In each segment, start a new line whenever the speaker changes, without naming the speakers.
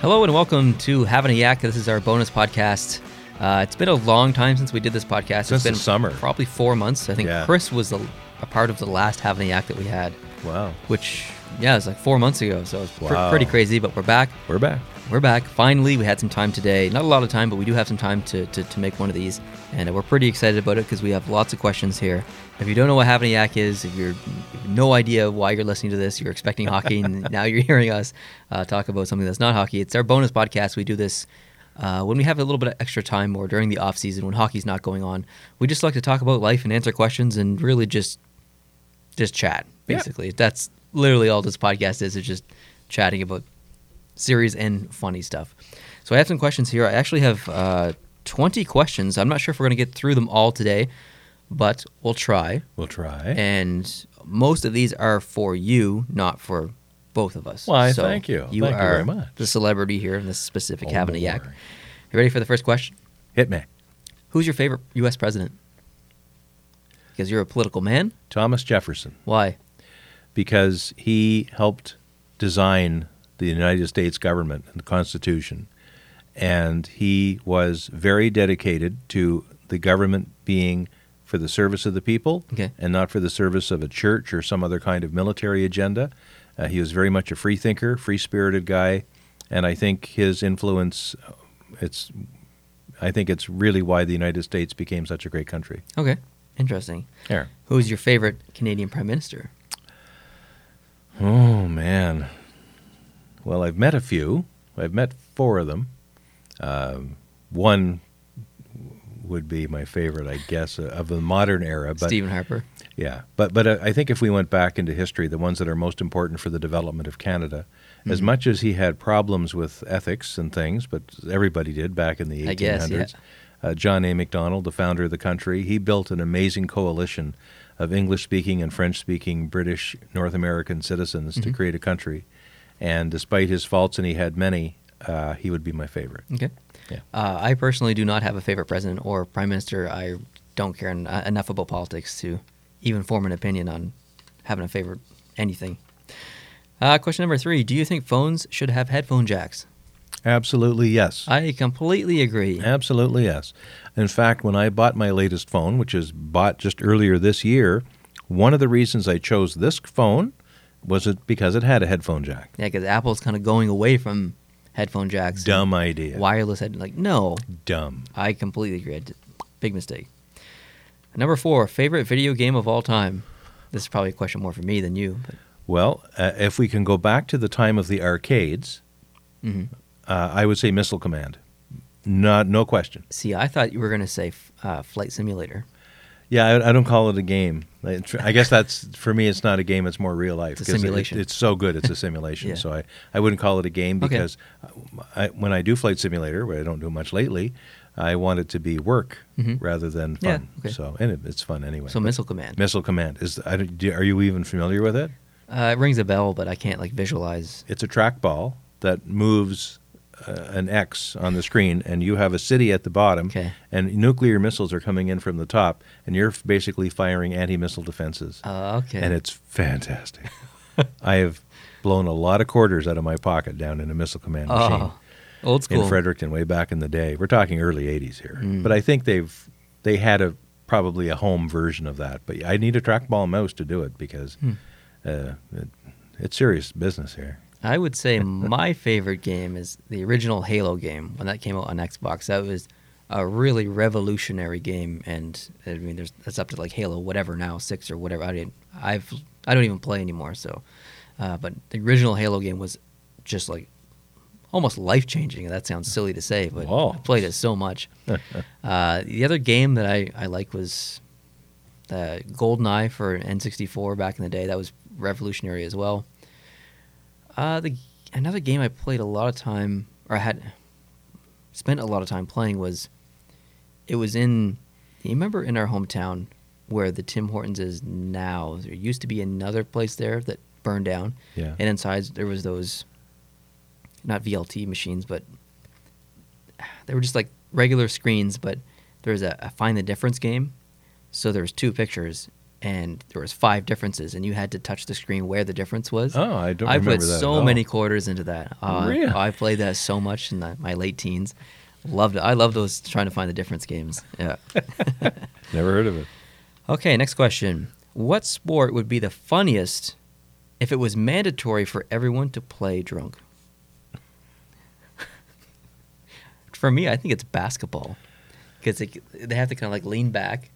Hello and welcome to Having a Yak. This is our bonus podcast. Uh, it's been a long time since we did this podcast.
Since
it's been
the summer.
probably four months. I think
Yeah.
Chris was the, a part of the last Having a Yak that we had,
Wow.
which yeah, it was like four months ago. So it was pr-
Wow.
pretty crazy. But we're back.
We're back.
We're back. Finally, we had some time today. Not a lot of time, but we do have some time to, to, to make one of these. And uh, we're pretty excited about it because we have lots of questions here. If you don't know what Havana Yak is, if you're if you have no idea why you're listening to this, you're expecting hockey, and now you're hearing us uh, talk about something that's not hockey. It's our bonus podcast. We do this uh, when we have a little bit of extra time or during the off season when hockey's not going on. We just like to talk about life and answer questions and really just just chat
Yeah.
basically. That's literally all this podcast is. It's just chatting about series and funny stuff. So I have some questions here. I actually have uh, 20 questions. I'm not sure if we're going to get through them all today, but we'll try.
We'll try.
And most of these are for you, not for both of us.
Why, thank you.
You
Thank you
are
very much.
the celebrity here in this specific
Oh,
Havana Yak.
boy.
You ready for the first question?
Hit me.
Who's your favorite U.S. president? Because you're a political man.
Thomas Jefferson,
Why?
because he helped design the United States government and the Constitution. And he was very dedicated to the government being for the service of the people
Okay.
and not for the service of a church or some other kind of military agenda. Uh, he was very much a free thinker, free spirited guy. And I think his influence, uh, it's, I think it's really why the United States became such a great country.
Okay, interesting.
There.
Who's your favorite Canadian prime minister?
Oh man. Well, I've met a few. I've met four of them. Um, one would be my favorite, I guess, uh, of the modern era. But
Stephen Harper.
yeah, but but uh, I think if we went back into history, the ones that are most important for the development of Canada,
Mm-hmm.
as much as he had problems with ethics and things, but everybody did back in the 1800s.
I guess, yeah.
uh, John A. Macdonald, the founder of the country, he built an amazing coalition of English-speaking and French-speaking British North American citizens
Mm-hmm.
to create a country. And despite his faults, and he had many, uh, he would be my favorite.
Okay.
Yeah.
Uh, I personally do not have a favorite president or prime minister. I don't care en- uh, enough about politics to even form an opinion on having a favorite anything. Uh, question number three Do you think phones should have headphone jacks?
Absolutely, yes.
I completely agree.
Absolutely, yes. In fact, when I bought my latest phone, which is bought just earlier this year, one of the reasons I chose this phone was it because it had a headphone jack.
Yeah, because Apple's kind of going away from headphone jacks.
Dumb idea.
Wireless head. Like, no,
Dumb.
I completely agree. I did- Big mistake. Number four, favorite video game of all time. This is probably a question more for me than you. But
Well, uh, if we can go back to the time of the arcades,
Mhm.
uh, I would say Missile Command. Not, no question.
see, I thought you were going to say f- uh, Flight Simulator.
Yeah, I, I don't call it a game. I tr- I guess that's for me. It's not a game. It's more real life.
It's a
'cause it-
simulation.
it's so good. It's a simulation.
Yeah.
So I, I wouldn't call it a game
Okay.
because I, when I do flight simulator, where I don't do much lately, I want it to be work
Mhm.
rather than
Yeah,
fun.
okay.
So and it, it's fun anyway.
So
But
Missile Command.
Missile Command is. I, don't- do- are you even familiar with it?
Uh, it rings a bell, but I can't like visualize.
It's a trackball that moves uh, an X on the screen, and you have a city at the bottom,
Okay.
and nuclear missiles are coming in from the top, and you're f- basically firing anti-missile defenses.
Uh, okay.
and it's fantastic. I have blown a lot of quarters out of my pocket down in a missile command machine
oh, old school.
in Fredericton way back in the day. We're talking early '80s here,
Mm.
but I think they've they had a probably a home version of that. But I need a trackball mouse to do it because
Hmm.
uh, it, it's serious business here.
I would say my favorite game is the original Halo game when that came out on Xbox. That was a really revolutionary game, and I mean, there's that's up to like Halo whatever now six or whatever. I didn't, I've I don't even play anymore. So, uh, but the original Halo game was just like almost life changing. That sounds silly to say, but
Wow.
I played it so much. uh, the other game that I I like was the GoldenEye for N64 back in the day. That was revolutionary as well. Uh, the another game I played a lot of time, or I had spent a lot of time playing was, it was in, you remember in our hometown where the Tim Hortons is now. There used to be another place there that burned down,
Yeah.
and inside there was those, not VLT machines, but they were just like regular screens, but there was a, a find the difference game. So there was two pictures, and there was five differences, and you had to touch the screen where the difference was.
Oh, I don't
I put
remember that at
so
all.
many quarters into that. Uh,
Really?
I played that so much in the, my late teens. Loved it. I love those trying to find the difference games. Yeah.
Never heard of it.
okay, next question. What sport would be the funniest if it was mandatory for everyone to play drunk? for me, I think it's basketball because they have to kind of like lean back,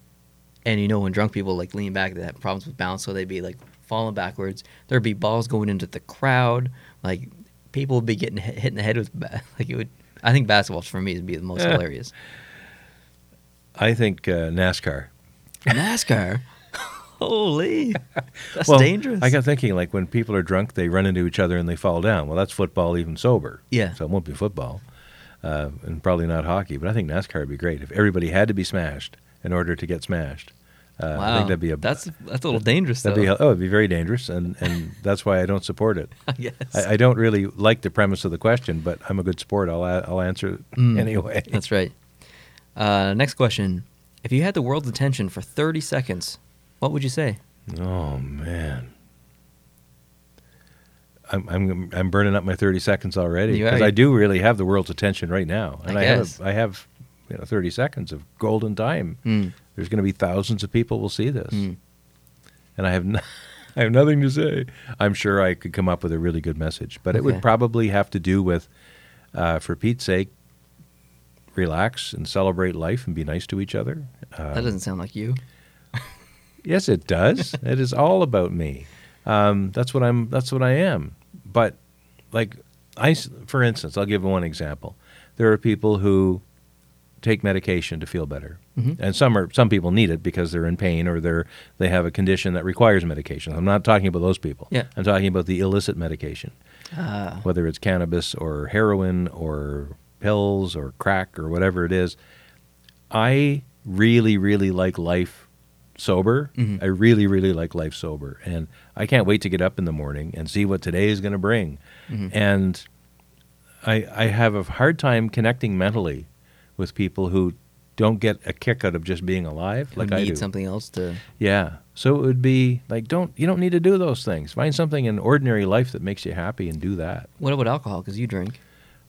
and you know when drunk people like lean back, they have problems with balance, so they'd be like falling backwards. There'd be balls going into the crowd, like people would be getting hit, hit in the head with ba- like it would. I think basketball for me would be the most
Yeah.
hilarious.
I think uh, NASCAR.
NASCAR, holy, that's
well,
dangerous.
I got thinking like when people are drunk, they run into each other and they fall down. Well, that's football even sober.
Yeah.
So it won't be football, uh, and probably not hockey. But I think NASCAR would be great if everybody had to be smashed in order to get smashed. Uh,
wow.
I think that'd be a
that's that's a little dangerous
that'd be
though.
oh it'd be very dangerous, and and that's why I don't support it.
I guess
I, I don't really like the premise of the question, but I'm a good sport. I'll a- I'll answer it
Mm.
anyway.
That's right. Uh, next question. If you had the world's attention for 30 seconds, what would you say?
Oh man. I'm, I'm I'm burning up my 30 seconds already
You are.
because I do really have the world's attention right now, and
I
I, have
guess.
a, I have you know 30 seconds of golden time.
Mm.
There's going to be thousands of people will see this,
Mm.
and I have no, I have nothing to say. I'm sure I could come up with a really good message, but it
Okay.
would probably have to do with, uh, for Pete's sake, relax and celebrate life and be nice to each other. Uh,
that doesn't sound like you.
Yes, it does. it is all about me. Um, that's what I'm. That's what I am. But like I, s- for instance, I'll give one example. There are people who take medication to feel better, and some are some people need it because they're in pain or they're they have a condition that requires medication. I'm not talking about those people.
Yeah.
I'm talking about the illicit medication, whether it's cannabis or heroin or pills or crack or whatever it is. I really, really like life sober. I really, really like life sober. And I can't wait to get up in the morning and see what today is going to bring. And I, I have a hard time connecting mentally with people who don't get a kick out of just being alive
I
like
need
I do.
something else to.
Yeah. So it would be like don't you don't need to do those things. Find something in ordinary life that makes you happy and do that.
What about alcohol? Because you drink.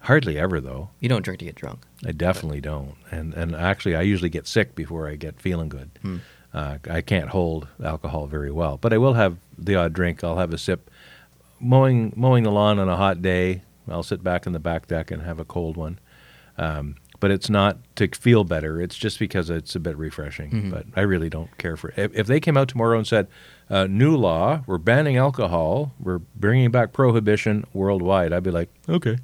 Hardly ever though.
You don't drink to get drunk.
I definitely don't. And and actually, I usually get sick before I get feeling good. Uh, I can't hold alcohol very well, but I will have the odd drink. I'll have a sip. Mowing mowing the lawn on a hot day, I'll sit back in the back deck and have a cold one. Um, but it's not to feel better. It's just because it's a bit refreshing. But I really don't care for it. If, if they came out tomorrow and said, uh, "New law, we're banning alcohol, we're bringing back prohibition worldwide," I'd be like, "Okay."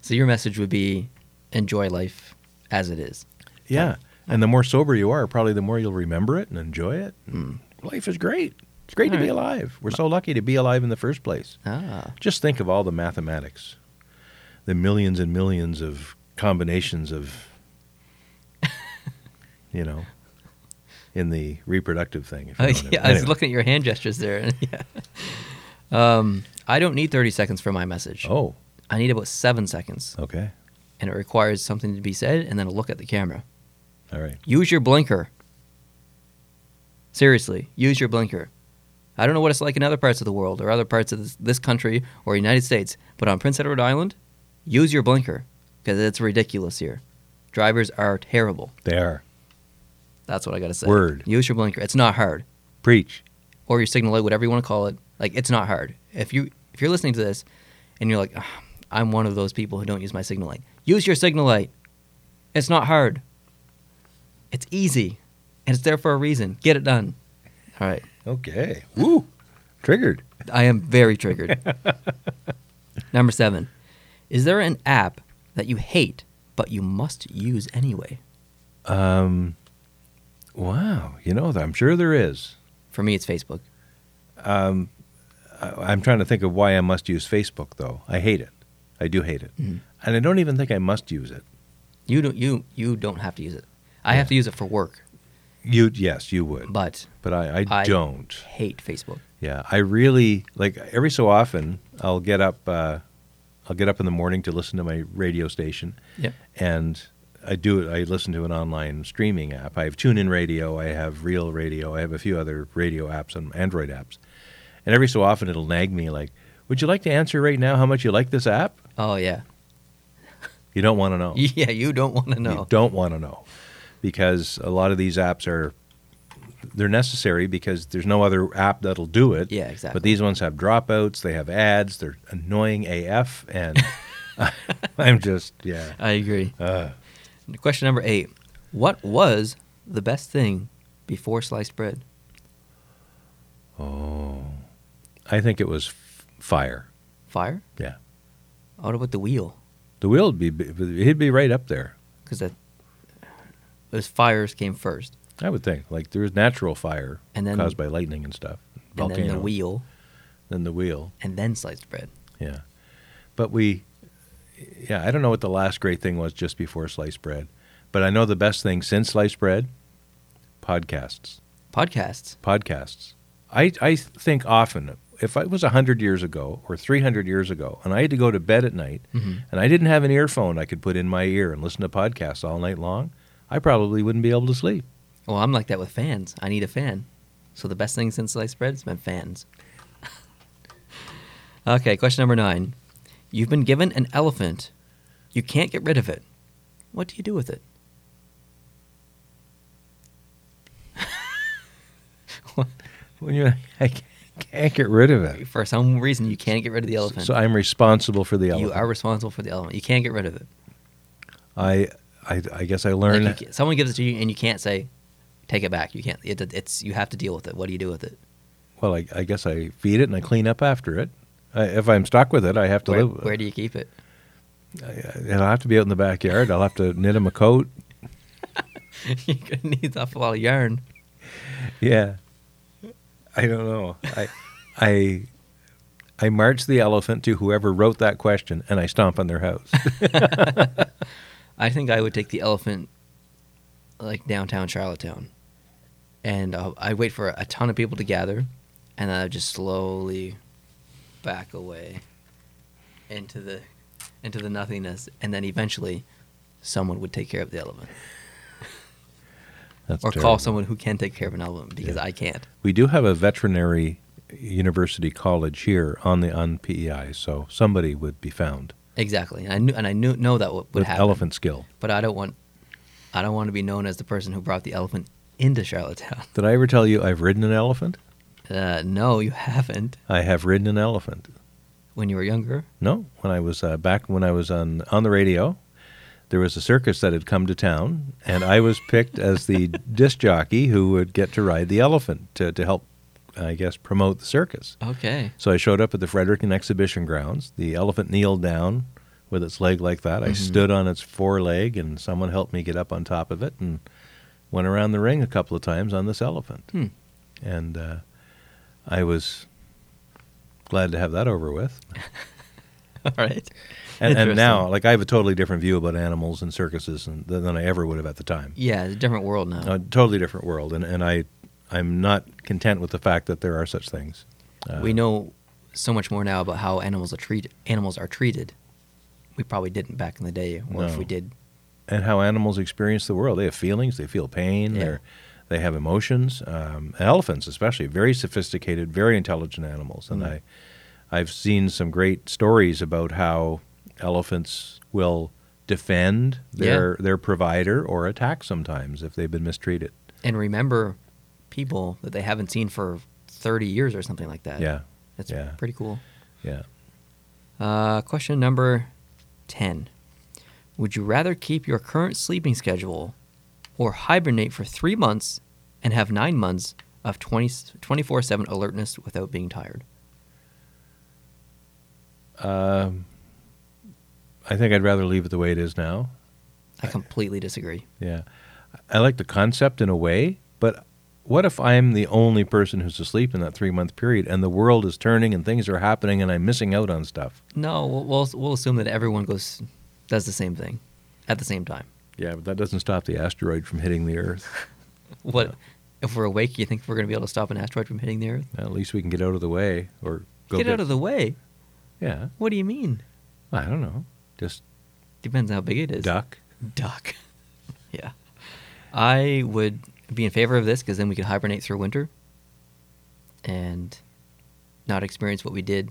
So your message would be enjoy life as it is.
Yeah. And the more sober you are, probably the more you'll remember it and enjoy it.
Hmm.
Life is great. It's great to be alive. We're so lucky to be alive in the first place.
Ah.
Just think of all the mathematics, the millions and millions of combinations of, you know, in the reproductive thing. If you know what I mean.
Oh, yeah, I was
Anyway.
looking at your hand gestures there. yeah. Um, I don't need 30 seconds for my message.
Oh,
I need about seven seconds,
okay.
and it requires something to be said and then a look at the camera.
All right.
Use your blinker. Seriously, use your blinker. I don't know what it's like in other parts of the world or other parts of this, this country or United States, but on Prince Edward Island, use your blinker because it's ridiculous here. Drivers are terrible.
They are.
That's what I got to say.
Word.
Use your blinker. It's not hard.
Preach.
Or your signal light, whatever you want to call it. Like it's not hard. If you if you're listening to this and you're like, "Ugh, I'm one of those people who don't use my signal light. Use your signal light. It's not hard. It's easy. And it's there for a reason. Get it done. All right.
Okay. Woo. Triggered.
I am very triggered. Number seven. Is there an app that you hate but you must use anyway?
Wow. You know, I'm sure there is.
For me, it's Facebook.
I'm trying to think of why I must use Facebook, though. I hate it. I do hate it, and I don't even think I must use it.
You don't. You you don't have to use it. I have to use it for work,
You, yes, you would, but,
but
I, I,
I-
don't.
hate Facebook.
Yeah, I really like every so often I'll get up. Uh, I'll get up in the morning to listen to my radio station,
Yeah.
and I do it. I listen to an online streaming app. I have TuneIn Radio. I have Real Radio. I have a few other radio apps and Android apps. And every so often, it'll nag me like, "Would you like to answer right now how much you like this app?"
Oh yeah,
You don't want to know.
yeah. You don't want to
You
know.
don't want to know because a lot of these apps are they're necessary because there's no other app that'll do it.
Yeah, exactly.
But these ones have dropouts. They have ads. They're annoying AF, and I'm just yeah.
I agree.
Uh.
Question number eight: What was the best thing before sliced bread?
Oh, I think it was f- fire.
Fire?
Yeah,
What about the wheel?
the wheel would be b- he'd be right up there.
Because that those fires came first,
I would think like there was natural fire
And then-
caused by lightning and stuff,
and then the
volcanoes,
wheel,
then the wheel.
and then sliced bread.
Yeah. But we, yeah, I don't know what the last great thing was just before sliced bread, but I know the best thing since sliced bread podcasts.
Podcasts.
Podcasts. I, I think often, if I was 100 years ago or 300 years ago and I had to go to bed at night and I didn't have an earphone I could put in my ear and listen to podcasts all night long, I probably wouldn't be able to sleep.
Well, I'm like that with fans. I need a fan. So the best thing since sliced bread has been fans. okay, question number nine. You've been given an elephant. You can't get rid of it. What do you do with it?
When you, I can't- can't get rid of it.
For some reason, you can't get rid of the elephant.
So I'm responsible for the elephant.
You are responsible for the elephant. You can't get rid of it.
I, I, I guess I
Like,
learned.
you ca- someone gives it to you, and you can't say, "Take it back." You can't. It, it's you have to deal with it. What do you do with it?
Well, I, I guess I feed it and I clean up after it. I, if I'm stuck with it, I have to
Where,
live. with
where do you keep it?
it. It'll have to be out in the backyard. I'll have to knit him a coat.
You're gonna need an awful lot of yarn.
Yeah. I don't know. I, I, I march the elephant to whoever wrote that question, and I stomp on their house.
I think I would take the elephant, like downtown Charlottetown, and uh, I wait for a ton of people to gather, and then I just slowly back away into the into the nothingness, and then eventually, someone would take care of the elephant,
That's
or
terrible.
call someone who can take care of an elephant because I can't.
We do have a veterinary university college here on the on PEI, so somebody would be found
Exactly, and I knew and I knew know that would, would
with
happen.
elephant skill.
but I don't want I don't want to be known as the person who brought the elephant into Charlottetown.
Did I ever tell you I've ridden an elephant?
Uh, no, you haven't.
I have ridden an elephant.
When you were younger,
No, when I was uh, back when I was on on the radio, there was a circus that had come to town, and I was picked as the disc jockey who would get to ride the elephant to to help, I guess, promote the circus.
okay.
So I showed up at the Fredericton Exhibition Grounds. The elephant kneeled down with its leg like that. I stood on its foreleg, and someone helped me get up on top of it and went around the ring a couple of times on this elephant.
Hmm.
And uh, I was glad to have that over with.
All right.
and, and
Interesting.
now like i have a totally different view about animals and circuses and, than, than i ever would have at the time
Yeah, it's a different world now.
a totally different world and, and i i'm not content with the fact that there are such things
we know so much more now about how animals are treated. Animals are treated. We probably didn't back in the day, or if
No.
we did,
and how animals experience the world they have feelings they feel pain
Yeah.
they're they have emotions um, elephants especially very sophisticated very intelligent animals and
Mm-hmm.
i i've seen some great stories about how elephants will defend their their provider or attack sometimes if they've been mistreated
and remember people that they haven't seen for thirty years or something like that.
yeah
that's
yeah.
pretty cool.
yeah
Uh, question number 10. Would you rather keep your current sleeping schedule or hibernate for three months and have nine months of 24 7 alertness without being tired?
I think I'd rather leave it the way it is now.
I completely disagree.
Yeah. I like the concept in a way, but what if I'm the only person who's asleep in that three month period and the world is turning and things are happening and I'm missing out on stuff?
No, we'll, we'll, we'll assume that everyone goes does the same thing at the same time.
Yeah, but that doesn't stop the asteroid from hitting the Earth.
What if we're awake? You think we're going to be able to stop an asteroid from hitting the Earth?
At least we can get out of the way or go
get, out of the way.
Yeah.
What do you mean?
I don't know. Just
Depends how big it is.
duck.
Duck. yeah. I would be in favor of this because then we could hibernate through winter and not experience what we did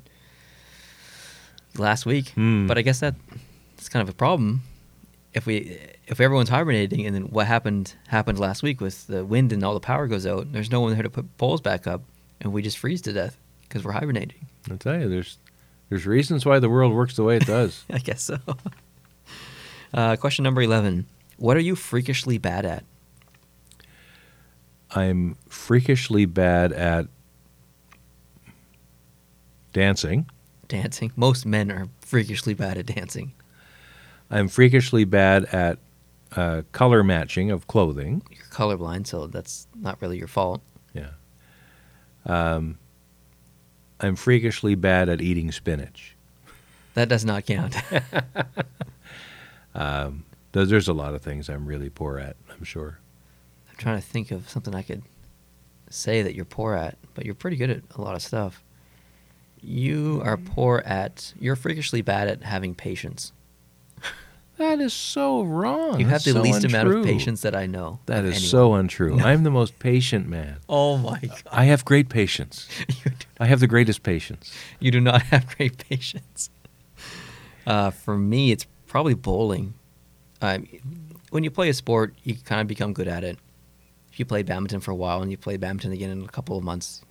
last week.
Hmm.
But I guess that it's kind of a problem if we if everyone's hibernating and then what happened happened last week with the wind and all the power goes out. and There's no one there to put poles back up, and we just freeze to death because we're hibernating.
I tell you, there's there's reasons why the world works the way it does.
I guess so. Uh, question number eleven: What are you freakishly bad at?
I'm freakishly bad at dancing.
Dancing. Most men are freakishly bad at dancing.
I'm freakishly bad at uh, color matching of clothing.
You're colorblind, so that's not really your fault.
Yeah. Um, I'm freakishly bad at eating spinach.
That does not count.
There's there's a lot of things I'm really poor at, I'm sure.
I'm trying to think of something I could say that you're poor at, but you're pretty good at a lot of stuff. You are poor at, you're freakishly bad at having patience.
That is so wrong.
You have
That's
the
so
least amount of
untrue.
patience that I know.
That
of
is
anyone.
so untrue. I'm the most patient man.
Oh my God.
I have great patience.
You do,
I have the greatest patience.
you do not have great patience. Uh, for me, it's probably bowling. Um, when you play a sport, you kind of become good at it. If you play badminton for a while and you play badminton again in a couple of months,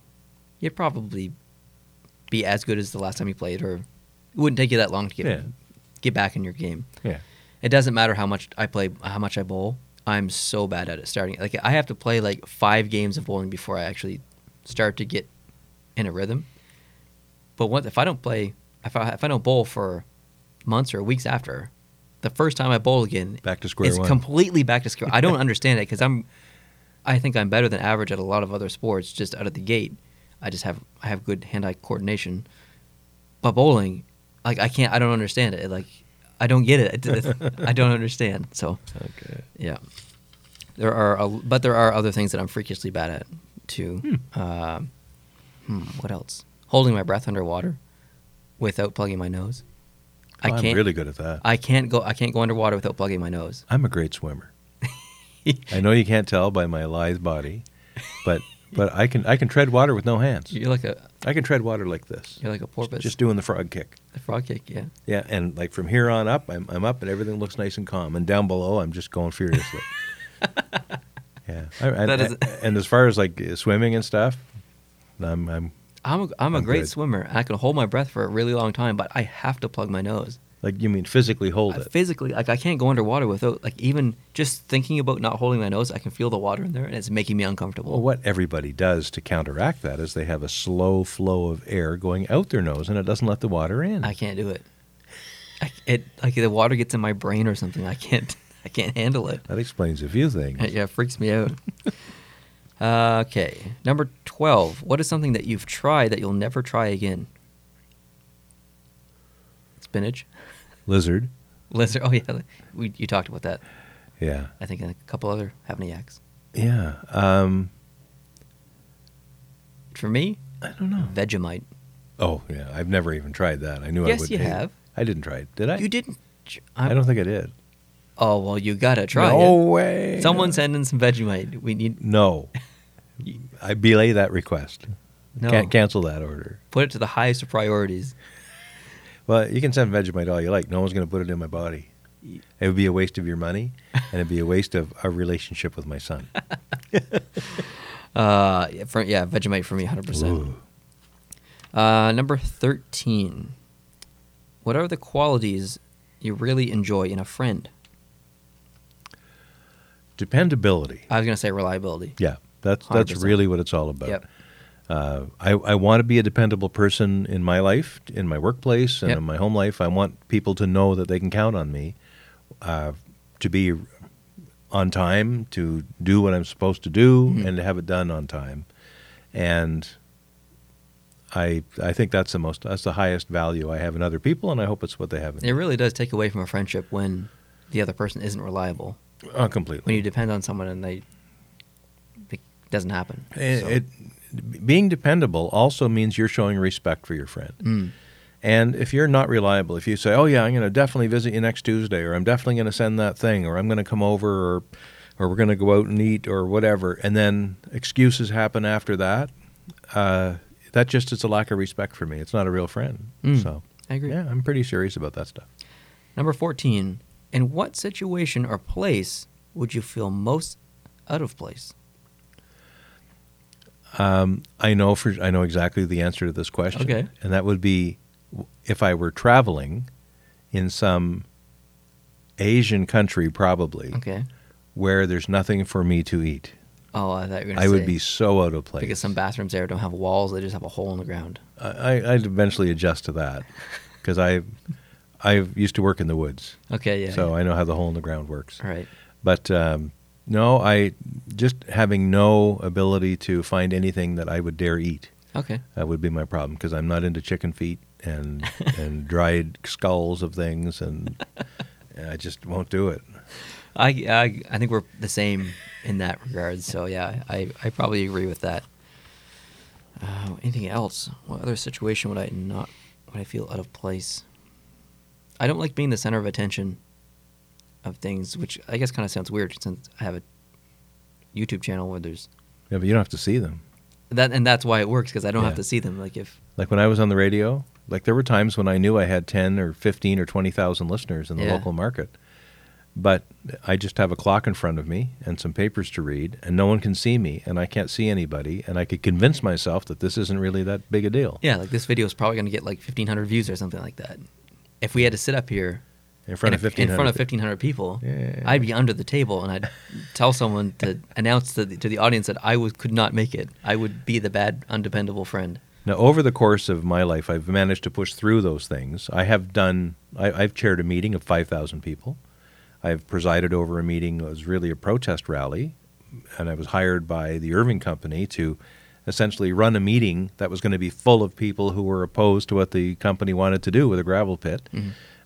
you'd probably be as good as the last time you played, or it wouldn't take you that long to get
Yeah.
get back in your game.
Yeah.
It doesn't matter how much I play, how much I bowl. I'm so bad at it starting. Like I have to play like five games of bowling before I actually start to get in a rhythm. But what if I don't play? If I, if I don't bowl for months or weeks after, the first time I bowl again,
Back to square
it's
one.
completely back to square. I don't understand it because I'm, I think I'm better than average at a lot of other sports just out of the gate. I just have I have good hand-eye coordination, but bowling, like I can't. I don't understand it. Like I don't get it. It- I don't understand. So
Okay.
yeah, there are a, but there are other things that I'm freakishly bad at too. Uh, hmm, what else? Holding my breath underwater without plugging my nose. I
am
can't.
really good at that.
I can't go. I can't go underwater without plugging my nose.
I'm a great swimmer. I know you can't tell by my lithe body, but but I can I can tread water with no hands.
You're like a
I can tread water like this.
you're like a porpoise.
Just doing the frog kick.
a frog kick. Yeah.
Yeah, and like from here on up, I'm I'm up and everything looks nice and calm. And down below, I'm just going furiously. yeah, I, I,
That is-
I- and as far as like swimming and stuff, I'm I'm
I'm a, I'm a
I'm
great
good.
swimmer. and I can hold my breath for a really long time, but I have to plug my nose.
like you mean physically hold
I
it.
physically, like I can't go underwater without like even just thinking about not holding my nose. I can feel the water in there, and it's making me uncomfortable.
Well, what everybody does to counteract that is they have a slow flow of air going out their nose, and it doesn't let the water in.
I can't do it. I, it like the water gets in my brain or something. I can't. I can't handle it.
that explains a few things.
Yeah, it freaks me out. Uh, okay, number twelve. What is something that you've tried that you'll never try again? Spinach,
Lizard.
lizard. Oh yeah, we, you talked about that.
Yeah.
I think and a couple other Havaniacs.
Yeah. Um,
For me,
I don't know.
Vegemite.
Oh, yeah. I've never even tried that. I knew I
Yes,
would.
you
hate it.
have.
I didn't try it. Did I?
You didn't. ch-
I,
I,
don't think I did.
Oh well, you gotta try
no
it.
way.
Someone send in some Vegemite. We need
No. I belay that request.
no.
Can- cancel that order.
Put it to the highest of priorities.
Well, you can send Vegemite all you like. No one's going to put it in my body. It would be a waste of your money, and it'd be a waste of our relationship with my son.
Uh, yeah, for, yeah, Vegemite for me, hundred percent.
Ooh.
Uh, number thirteen. What are the qualities you really enjoy in a friend?
Dependability.
I was gonna say reliability.
Yeah, that's that's
100%.
really what it's all about.
Yep.
Uh, I, I want to be a dependable person in my life, in my workplace, and
Yep.
in my home life. I want people to know that they can count on me uh, to be on time, to do what I'm supposed to do, and to have it done on time. And I I think that's the most that's the highest value I have in other people, and I hope it's what they have in
It really does take away from a friendship when the other person isn't reliable.
Oh, completely.
When you depend on someone and they, it doesn't happen.
Eh, it,
So-
it- being dependable also means you're showing respect for your friend. And if you're not reliable, if you say, "Oh yeah, I'm going to definitely visit you next Tuesday," or "I'm definitely going to send that thing," or "I'm going to come over," or "or we're going to go out and eat," or whatever, and then excuses happen after that, uh, that just is a lack of respect for me. It's not a real friend.
Mm,
so
I agree.
Yeah, I'm pretty serious about that stuff.
Number 14. In what situation or place would you feel most out of place?
I know for I know exactly the answer to this question.
Okay.
And that would be w- if I were traveling in some Asian country probably
Okay.
where there's nothing for me to eat.
Oh, I thought you were going to
I would be so out of place.
Because some bathrooms there don't have walls, they just have a hole in the ground.
I I- I'd eventually adjust to that because I I used to work in the woods.
Okay, yeah.
So I know how the hole in the ground works.
All right.
But um, no, I just having no ability to find anything that I would dare eat.
Okay.
That would be my problem because I'm not into chicken feet and and dried skulls of things, and I just won't do it.
I, I, I think we're the same in that regard. So, yeah, I, I probably agree with that. Uh, anything else? What other situation would I not, would I feel out of place? I don't like being the center of attention of things, which I guess kind of sounds weird since I have a YouTube channel where there's
Yeah, but you don't have to see them.
that, and that's why it works because I don't
Yeah.
have to see them. Like if
Like when I was on the radio, like there were times when I knew I had ten or fifteen or twenty thousand listeners in the
Yeah.
local market, but I just have a clock in front of me and some papers to read, and no one can see me, and I can't see anybody, and I could convince myself that this isn't really that big a deal.
yeah, like this video is probably going to get like 1,500 views or something like that. If we had to sit up here
In front of
in,
fifteen.
in front of 1500 people
Yeah.
i'd be under the table and i'd tell someone to announce to the, to the audience that i was, could not make it i would be the bad undependable friend
Now, over the course of my life, I've managed to push through those things. I have done, I, I've chaired a meeting of 5,000 people. I've presided over a meeting that was really a protest rally, and I was hired by the Irving Company to essentially run a meeting that was going to be full of people who were opposed to what the company wanted to do with a gravel pit.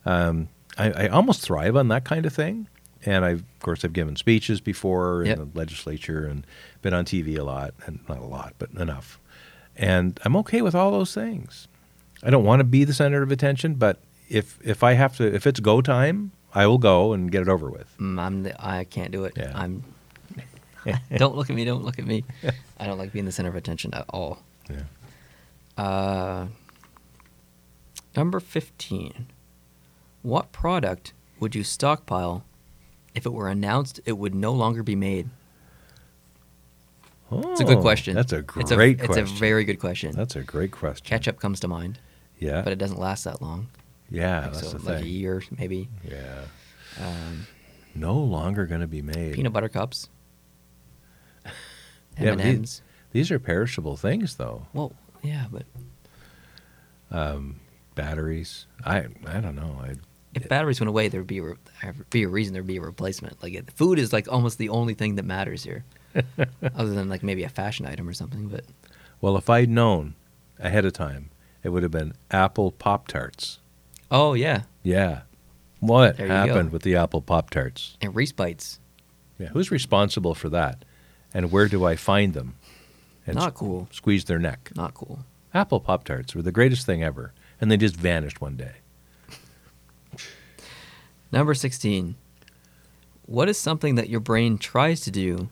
Um, I, I almost thrive on that kind of thing. And I, of course, I've given speeches before in
Yep.
the legislature and been on TV a lot, and not a lot, but enough. And I'm okay with all those things. I don't want to be the center of attention, but if if I have to, if it's go time, I will go and get it over with.
Mm, i'm the, i can't do it
Yeah.
i'm don't look at me don't look at me i don't like being the center of attention at all
Yeah.
uh, number 15 what product would you stockpile if it were announced it would no longer be made it's a good
Oh,
question
That's a
It's a-
great
it's
question.
a very good question
that's a great question.
ketchup comes to mind
Yeah.
but it doesn't last that long.
yeah.
Like,
that's
so
the
like a
thing.
year maybe.
Yeah.
Um,
No longer going to be made.
peanut butter cups.
Yeah,
M
but
and
the-
M's.
These are perishable things, though.
Well, yeah, but
Batteries. I I don't know. I
if batteries went away, there'd be a re- there'd be a reason. There'd be a replacement. Like it, food is like almost the only thing that matters here, other than like maybe a fashion item or something. But
well, if I'd known ahead of time, it would have been apple pop tarts.
oh yeah,
Yeah. What
There you
happened
go.
with the apple pop tarts?
and Reese bites.
Yeah. Who's responsible for that? And where do I find them? And
Not
squ-
cool.
Squeeze their neck.
Not cool.
Apple Pop Tarts were the greatest thing ever, and they just vanished one day.
Number sixteen. What is something that your brain tries to do,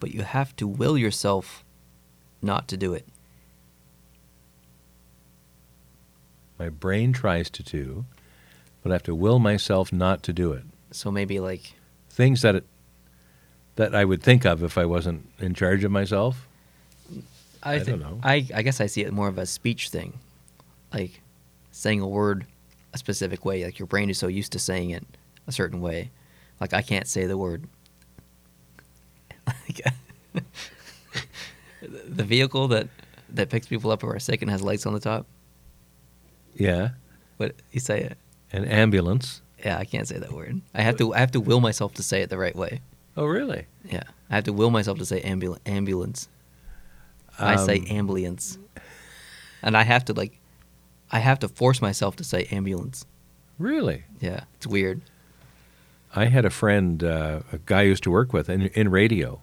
but you have to will yourself not to do it?
My brain tries to do, but I have to will myself not to do it.
So maybe like
Things that it, that I would think of if I wasn't in charge of myself.
I,
I
thi-
don't know.
I, I guess I see it more of a speech thing, like saying a word a specific way. Like your brain is so used to saying it a certain way. Like I can't say the word. Like, the vehicle that that picks people up who are sick and has lights on the top.
Yeah,
But you say it.
an ambulance.
Yeah, I can't say that word. I have to. I have to will myself to say it the right way.
Oh, really?
Yeah, I have to will myself to say ambul- ambulance. I say
Um,
ambulance, and I have to like, I have to force myself to say ambulance.
Really?
Yeah, it's weird.
I had a friend, uh, a guy I used to work with in, in radio,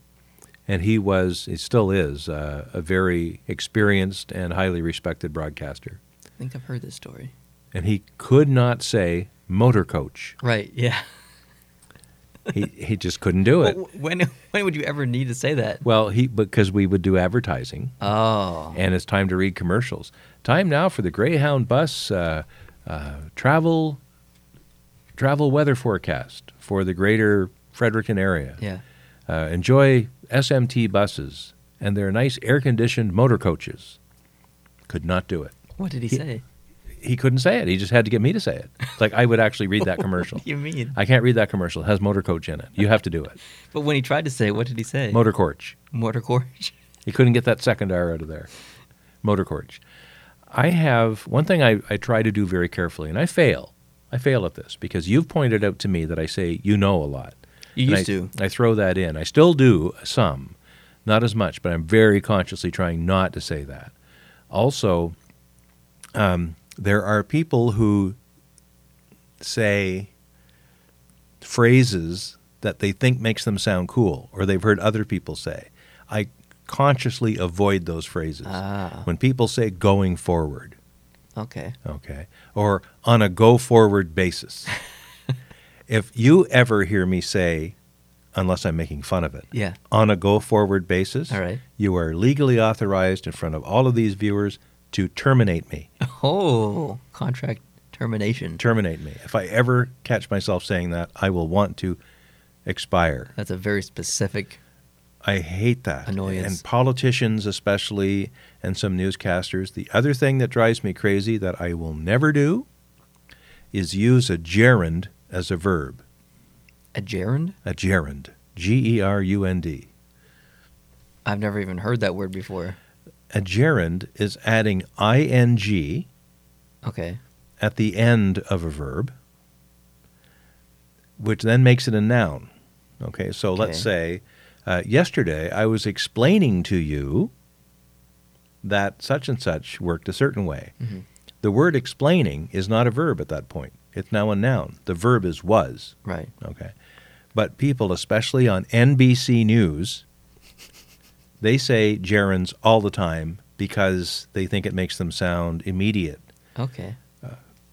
and he was, he still is, uh, a very experienced and highly respected broadcaster.
I think I've heard this story.
and he could not say motor coach.
Right. Yeah.
He he just couldn't do it.
But when when would you ever need to say that?
Well, he because we would do advertising,
Oh.
and it's time to read commercials. Time now for the Greyhound bus uh, uh, travel travel weather forecast for the greater Fredericton area.
Yeah.
Uh, enjoy SMT buses and their nice air conditioned motor coaches. Could not do it.
What did he,
He-
say?
He couldn't say it. He just had to get me to say it. Like I would actually read that commercial.
What do you mean?
I can't read that commercial. It has motor coach in it. You have to do it.
But when he tried to say, what did he say?
Motor coach.
Mortar corch.
He couldn't get that second R out of there. Motor coach. I have one thing I, I try to do very carefully, and I fail. I fail at this because you've pointed out to me that I say you know a lot.
You
And
used
I,
to.
I throw that in. I still do some, not as much, but I'm very consciously trying not to say that. Also, um, there are people who say phrases that they think makes them sound cool, or they've heard other people say. I consciously avoid those phrases
Ah.
when people say "going forward."
Okay.
Okay. Or on a go forward basis. if you ever hear me say, unless I'm making fun of it,
Yeah.
on a go forward basis,
All right.
you are legally authorized in front of all of these viewers to terminate me.
Oh, contract termination.
Terminate me. If I ever catch myself saying that, I will want to expire.
That's a very specific.
I hate that.
Annoyance.
And politicians, especially, and some newscasters. The other thing that drives me crazy that I will never do is use a gerund as a verb.
A gerund?
A gerund. G E R U N D.
I've never even heard that word before.
A gerund is adding ing
Okay.
at the end of a verb, which then makes it a noun. Okay, so let's say uh, yesterday I was explaining to you that such and such worked a certain way.
Mhm.
The word explaining is not a verb at that point, it's now a noun. The verb is was.
Right.
Okay. But people, especially on NBC News, they say gerunds all the time because they think it makes them sound immediate.
Okay.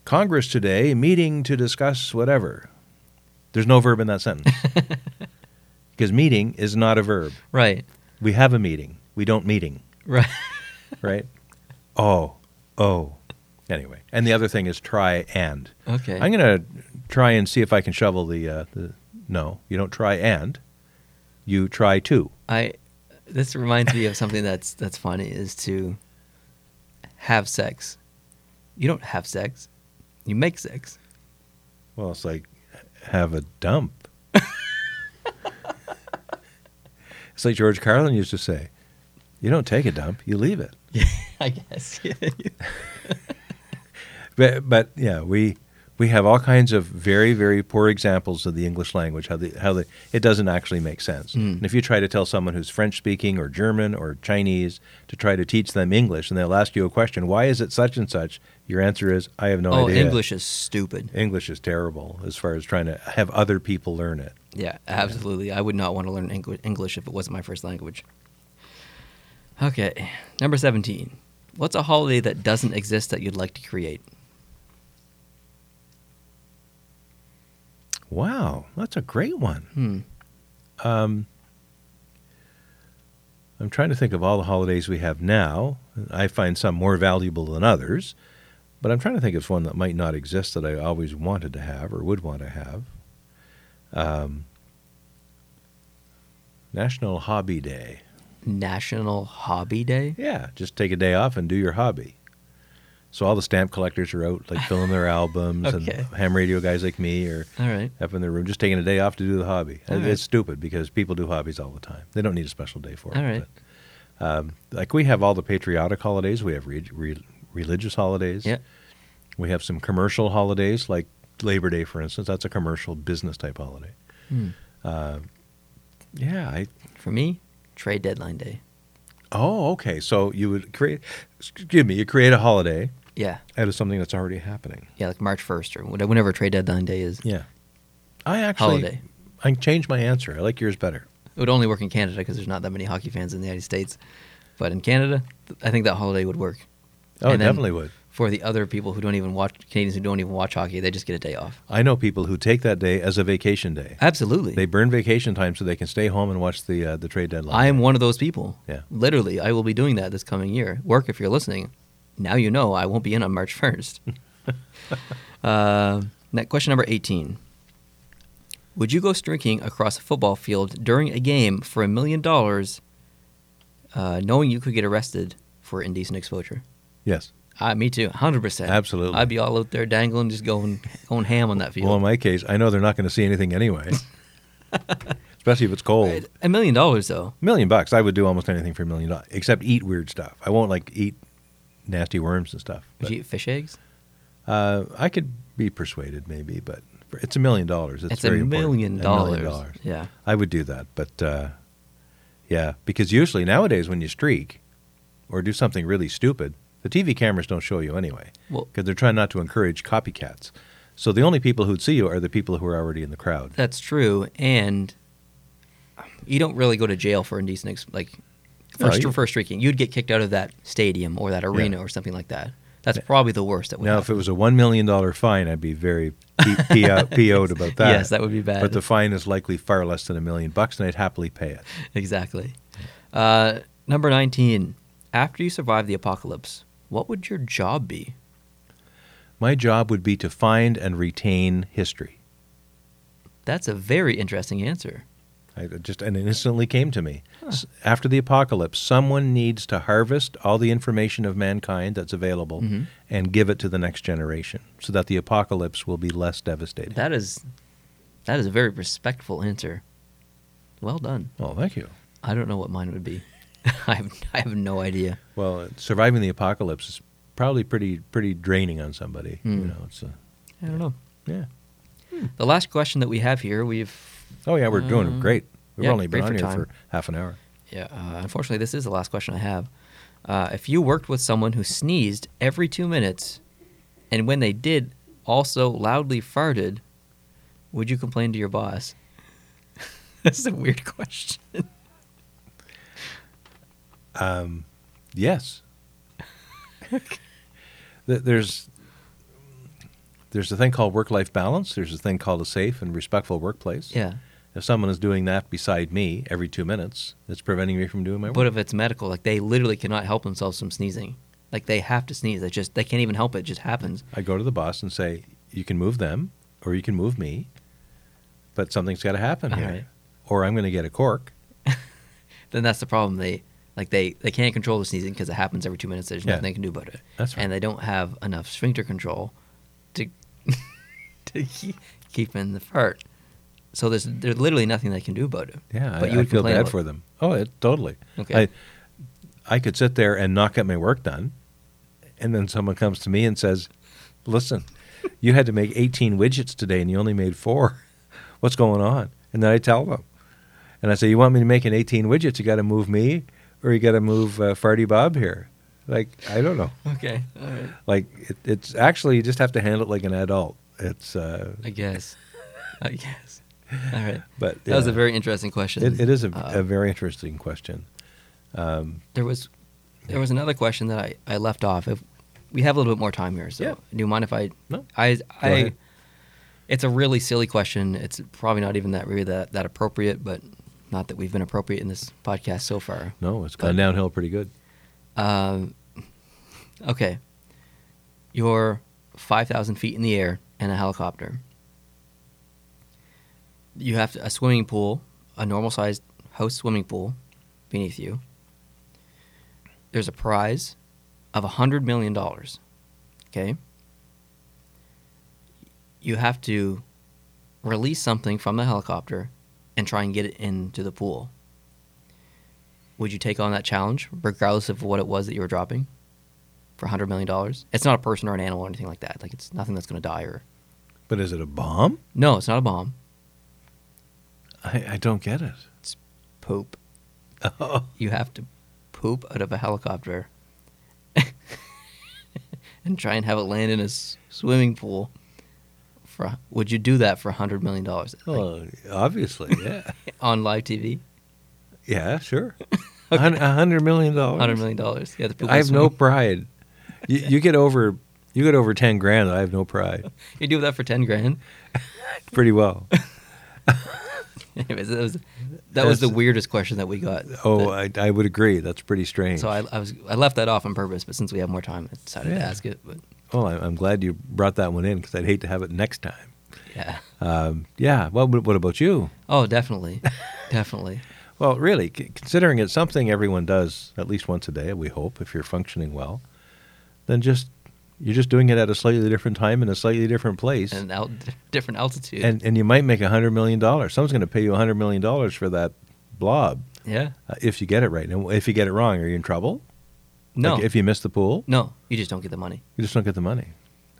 Congress today meeting to discuss whatever. There's no verb in that sentence. Because meeting is not a verb.
Right.
We have a meeting. We don't meeting,
Right.
right? oh, oh. Anyway, and the other thing is try and.
Okay.
I'm going to try and see if I can shovel the, uh, the. No, you don't try and. You try to.
I this reminds me of something that's that's funny is to have sex. You don't have sex. You make sex.
Well, it's like have a dump. it's like George Carlin used to say, "You don't take a dump, you leave it."
I guess.
But but yeah, we we have all kinds of very very poor examples of the English language how the how the it doesn't actually make sense.
Mm.
And if you try to tell someone who's French speaking or German or Chinese to try to teach them English, and they'll ask you a question, "Why is it such and such?" Your answer is, "I have no
oh,
idea."
English is stupid.
English is terrible as far as trying to have other people learn it.
Yeah, absolutely. I would not want to learn Engl- English if it wasn't my first language. Okay, number 17. What's a holiday that doesn't exist that you'd like to create?
Wow, that's a great one.
Hmm.
Um, I'm trying to think of all the holidays we have now. I find some more valuable than others, but I'm trying to think of one that might not exist that I always wanted to have or would want to have. Um, National Hobby Day.
National Hobby Day?
Yeah, just take a day off and do your hobby. So all the stamp collectors are out, like filling their albums,
Okay.
and ham radio guys like me are
All right.
up in their room, just taking a day off to do the hobby.
All
It-
right.
It's stupid because people do hobbies all the time. They don't need a special day for it.
All right.
but, um, like we have all the patriotic holidays. We have re- re- religious holidays.
Yeah.
We have some commercial holidays, like Labor Day, for instance. That's a commercial business type holiday. Uh,
Hmm.
Yeah. I,
For me, trade deadline day.
oh, okay. So you would create, excuse me, you create a holiday
Yeah.
out of something that's already happening.
Yeah, like March 1st or whatever, whenever trade deadline day is.
Yeah. I actually,
Holiday.
I can change my answer. I like yours better.
It would only work in Canada because there's not that many hockey fans in the United States. But in Canada, th- I think that holiday would work.
Oh, it
And then-
definitely would.
for the other people who don't even watch Canadians who don't even watch hockey. They just get a day off.
I know people who take that day as a vacation day.
Absolutely.
They burn vacation time so they can stay home and watch the uh, the trade deadline.
I am one of those people.
Yeah.
Literally, I will be doing that this coming year. Work, if you're listening, now you know I won't be in on March 1st. uh, next question number 18. Would you go streaking across a football field during a game for a million dollars, uh, knowing you could get arrested for indecent exposure?
yes.
Uh, me too, hundred percent.
Absolutely.
I'd be all out there dangling, just going going ham on that field.
Well, in my case, I know they're not going to see anything anyway, especially if it's cold.
Right. A million dollars, though.
A million bucks, I would do almost anything for a million dollars, except eat weird stuff. I won't like eat nasty worms and stuff.
Would
but,
you eat fish eggs?
uh, I could be persuaded, maybe, but for- it's a million dollars. It's,
It's, a
very
million
important.
dollars.
A million dollars.
Yeah.
I would do that, but uh, yeah, because usually nowadays when you streak or do something really stupid, the TV cameras don't show you anyway
Well,
because they're trying not to encourage copycats. So the only people who'd see you are the people who are already in the crowd.
that's true, and you don't really go to jail for indecent ex- like for,
No,
st-
you-
for streaking. You'd get kicked out of that stadium or that arena or something like that. That's probably the worst that would
Now, if
happen.
it was a one million dollar fine, I'd be very P- P- uh, PO'd about that.
Yes, that would be bad.
But the fine is likely far less than a million bucks, and I'd happily pay it.
exactly. Uh, number nineteen. After you survive the apocalypse, what would your job be?
My job would be to find and retain history.
That's a very interesting answer.
I it just and it instantly came to me. S- After the apocalypse, someone needs to harvest all the information of mankind that's available
Mhm.
and give it to the next generation, so that the apocalypse will be less devastating.
That is, that is a very respectful answer. Well done.
well, Oh, thank you.
I don't know what mine would be. I have, I have no idea.
Well, uh, surviving the apocalypse is probably pretty pretty draining on somebody. You
Mm.
know, it's a,
I don't know.
yeah.
The last question that we have here, we've
Oh yeah, we're doing
Um,
great. We've
yeah,
only been
great
on
for
here
time.
for half an hour.
yeah, uh, unfortunately, this is the last question I have. Uh, if you worked with someone who sneezed every two minutes, and when they did, also loudly farted, would you complain to your boss? That's a weird question.
Yes. Th- there's there's a thing called work-life balance. There's a thing called a safe and respectful workplace.
Yeah.
If someone is doing that beside me every two minutes, it's preventing me from doing my work.
What if it's medical? Like they literally cannot help themselves from sneezing. Like they have to sneeze. They just they can't even help it. It just happens.
I go to the boss and say, "You can move them, or you can move me, but something's got to happen
All
here,
right.
or I'm going to get a cork."
Then that's the problem. They like they they can't control the sneezing because it happens every two minutes. There's
Yeah.
nothing they can do about it.
That's right.
And they don't have enough sphincter control to to keep, keep in the fart. So there's there's literally nothing they can do about it.
Yeah,
but
I,
you
I
would
feel
complain
bad
about-
for them. Oh, it, totally.
Okay.
I, I could sit there and not get my work done, and then someone comes to me and says, "Listen, you had to make 18 widgets today, and you only made four. What's going on?" And then I tell them, and I say, "You want me to make an 18 widgets? You got to move me, or you got to move uh, Farty Bob here." Like I don't know.
Okay. All right.
Like it, it's actually you just have to handle it like an adult. It's uh,
I guess. I guess. All right.
but
That was a
yeah.
very interesting question.
It, it is a,
Uh,
a very interesting question.
There was there was another question that I, I left off. If we have a little bit more time here, so
Yeah.
do you mind if I
No.
I I
ahead.
it's a really silly question. It's probably not even that really that, that appropriate, but not that we've been appropriate in this podcast so far.
No, it's gone
But-
downhill pretty good.
Um, okay. You're 5,000 feet in the air in a helicopter. You have a swimming pool, a normal sized house swimming pool beneath you. There's a prize of $100 million. Okay. You have to release something from the helicopter and try and get it into the pool would you take on that challenge, regardless of what it was that you were dropping, for hundred million dollars? It's not a person or an animal or anything like that. Like it's nothing that's going to die or
But is it a bomb?
no, it's not a bomb.
I, I don't get it.
Poop.
Oh,
You have to poop out of a helicopter and try and have it land in a s- swimming pool. For would you do that for hundred million dollars
obviously, yeah,
on live TV?
yeah, sure. A hun- A hundred million dollars.
Hundred million dollars. Yeah, the poop in
I
a
have no
swimming-
pride. you, you get over you get over ten grand, I have no pride.
You do that for ten grand.
Pretty well.
Anyways, that was that was the
That's-
weirdest question that we got.
Oh,
That-
I, I would agree. That's pretty strange.
so I, I was I left that off on purpose, but since we have more time, I decided to
Yeah.
ask it. But
well, I, I'm glad you brought that one in because I'd hate to have it next time.
yeah.
Um, yeah. Well, what what about you?
Oh, definitely, definitely.
Well, really, c- considering it's something everyone does at least once a day, we hope, if you're functioning well, then just you're just doing it at a slightly different time in a slightly different place,
And out different altitude.
and and you might make a hundred million dollars. Someone's going to pay you a hundred million dollars for that blob
yeah.
uh, if you get it right. And if you get it wrong, are you in trouble?
No.
Like, if you miss the pool,
no, you just don't get the money.
you just don't get the money.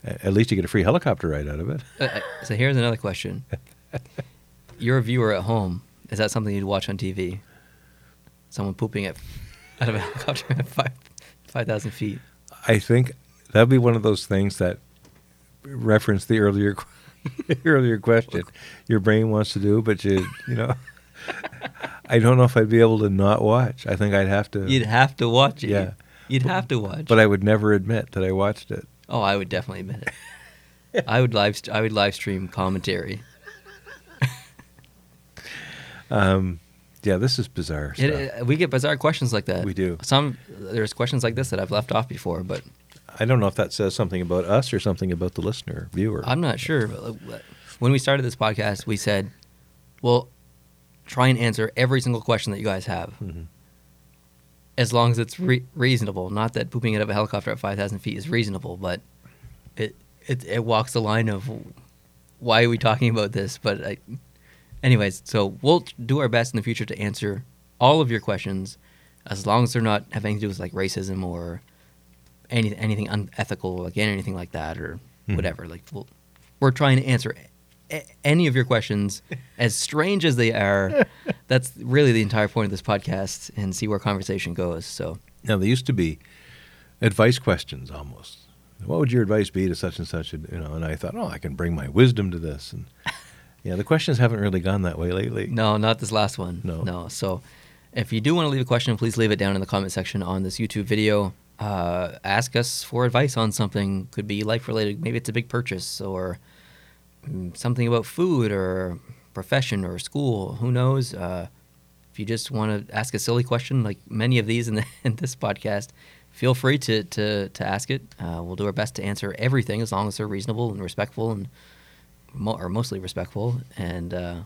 A- At least you get a free helicopter ride out of it.
Uh, uh, so here's another question. You're a viewer at home. Is that something you'd watch on TV? Someone pooping at out of a helicopter at five five thousand feet.
I think that'd be one of those things that reference the earlier earlier question. Your brain wants to do, but you you know, I don't know if I'd be able to not watch. I think I'd have to,
You'd have to watch it.
Yeah.
You'd have to watch.
but I would never admit that I watched it.
oh, I would definitely admit it. I would live. I would live stream commentary.
Yeah, this is bizarre stuff.
It, it- we get bizarre questions like that.
We do.
Some there's questions like this that I've left off before, but
I don't know if that says something about us or something about the listener, viewer.
I'm not sure. But like, what- when we started this podcast, we said, "Well, try and answer every single question that you guys have, as long as it's re- reasonable. Not that pooping out of a helicopter at 5,000 feet is reasonable, but it it it walks the line of why are we talking about this? But I, anyways, so we'll do our best in the future to answer all of your questions, as long as they're not having to do with like racism or any, anything unethical, again, anything like that or whatever. Like we'll, we're trying to answer a- any of your questions, as strange as they are. That's really the entire point of this podcast, and see where conversation goes. So
Now, they used to be advice questions almost. What would your advice be to such and such? You know, and I thought, oh, I can bring my wisdom to this. And yeah, the questions haven't really gone that way lately.
No, not this last one.
No.
No. So if you do want to leave a question, please leave it down in the comment section on this YouTube video. Uh, ask us for advice on something. Could be life related. Maybe it's a big purchase or mm, something about food or profession or school. Who knows? Uh, if you just want to ask a silly question, like many of these in, the, in this podcast, feel free to, to, to ask it. Uh, we'll do our best to answer everything as long as they're reasonable and respectful and mo- or mostly respectful. And uh,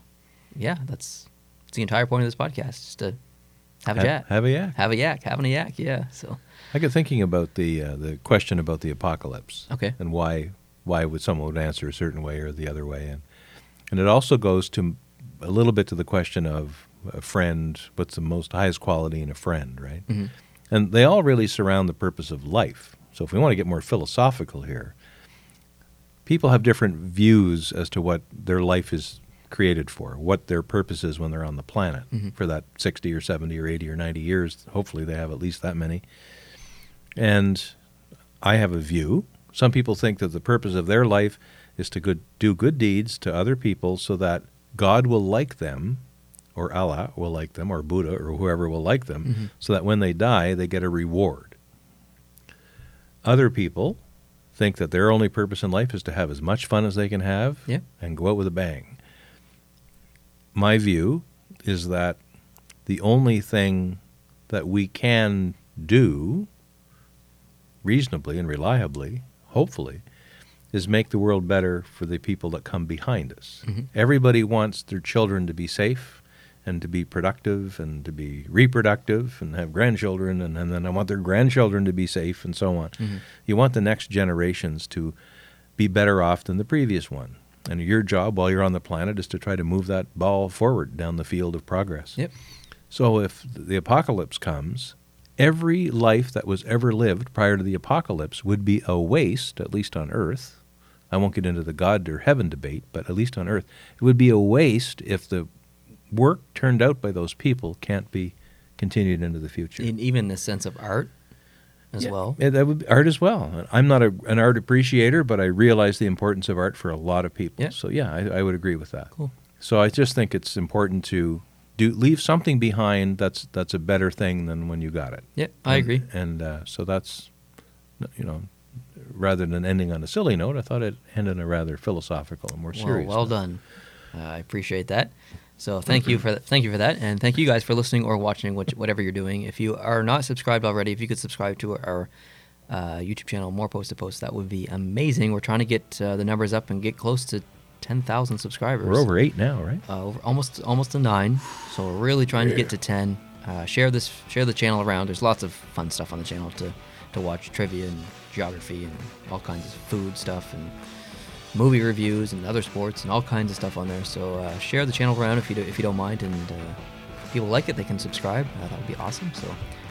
yeah, that's, that's the entire point of this podcast, just to have a
Ha-
chat,
Have a yak.
have a yak, having a yak. Yeah. So
I got thinking about the uh, the question about the apocalypse.
Okay.
And why why would someone would answer a certain way or the other way, and and it also goes to a little bit to the question of a friend. What's the most highest quality in a friend, right?
Mhm.
And they all really surround the purpose of life. So if we want to get more philosophical here, people have different views as to what their life is created for, what their purpose is when they're on the planet for that 60 or 70 or 80 or 90 years. Hopefully, they have at least that many. And I have a view. Some people think that the purpose of their life is to good, do good deeds to other people so that God will like them, or Allah will like them, or Buddha, or whoever will like them, so that when they die, they get a reward. Other people think that their only purpose in life is to have as much fun as they can have
Yeah.
and go out with a bang. My view is that the only thing that we can do reasonably and reliably, hopefully, is make the world better for the people that come behind us. Everybody wants their children to be safe and to be productive and to be reproductive and have grandchildren and, and then I want their grandchildren to be safe and so on. You want the next generations to be better off than the previous one. And your job while you're on the planet is to try to move that ball forward down the field of progress.
Yep.
So if the apocalypse comes, every life that was ever lived prior to the apocalypse would be a waste, at least on earth. I won't get into the God or heaven debate, but at least on earth, it would be a waste if the work turned out by those people can't be continued into the future.
in, even the sense of art as
Yeah,
well.
yeah, that would be art as well. I'm not a, an art appreciator, but I realize the importance of art for a lot of people.
Yeah.
So yeah, I, I would agree with that.
Cool.
So I just think it's important to do leave something behind that's that's a better thing than when you got it.
Yeah, I
And-
agree.
And uh, so that's you know, rather than ending on a silly note, I thought it ended on a rather philosophical and more
Well,
serious.
well
note.
done. Uh, I appreciate that. So thank you for that, thank you for that, and thank you guys for listening or watching, which, whatever you're doing. If you are not subscribed already, if you could subscribe to our uh, YouTube channel, more post to post, that would be amazing. We're trying to get uh, the numbers up and get close to ten thousand subscribers.
We're over eight now, right?
uh, over, almost almost to nine. So we're really trying to get to ten. Uh, share this, share the channel around. There's lots of fun stuff on the channel to to watch trivia and geography and all kinds of food stuff and movie reviews and other sports and all kinds of stuff on there. So uh, share the channel around if you do, if you don't mind. And uh, if people like it, they can subscribe. Uh, that would be awesome. So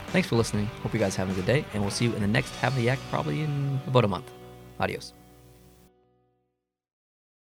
thanks for listening. Hope you guys are having a good day, and we'll see you in the next Have the Yak probably in about a month. Adios.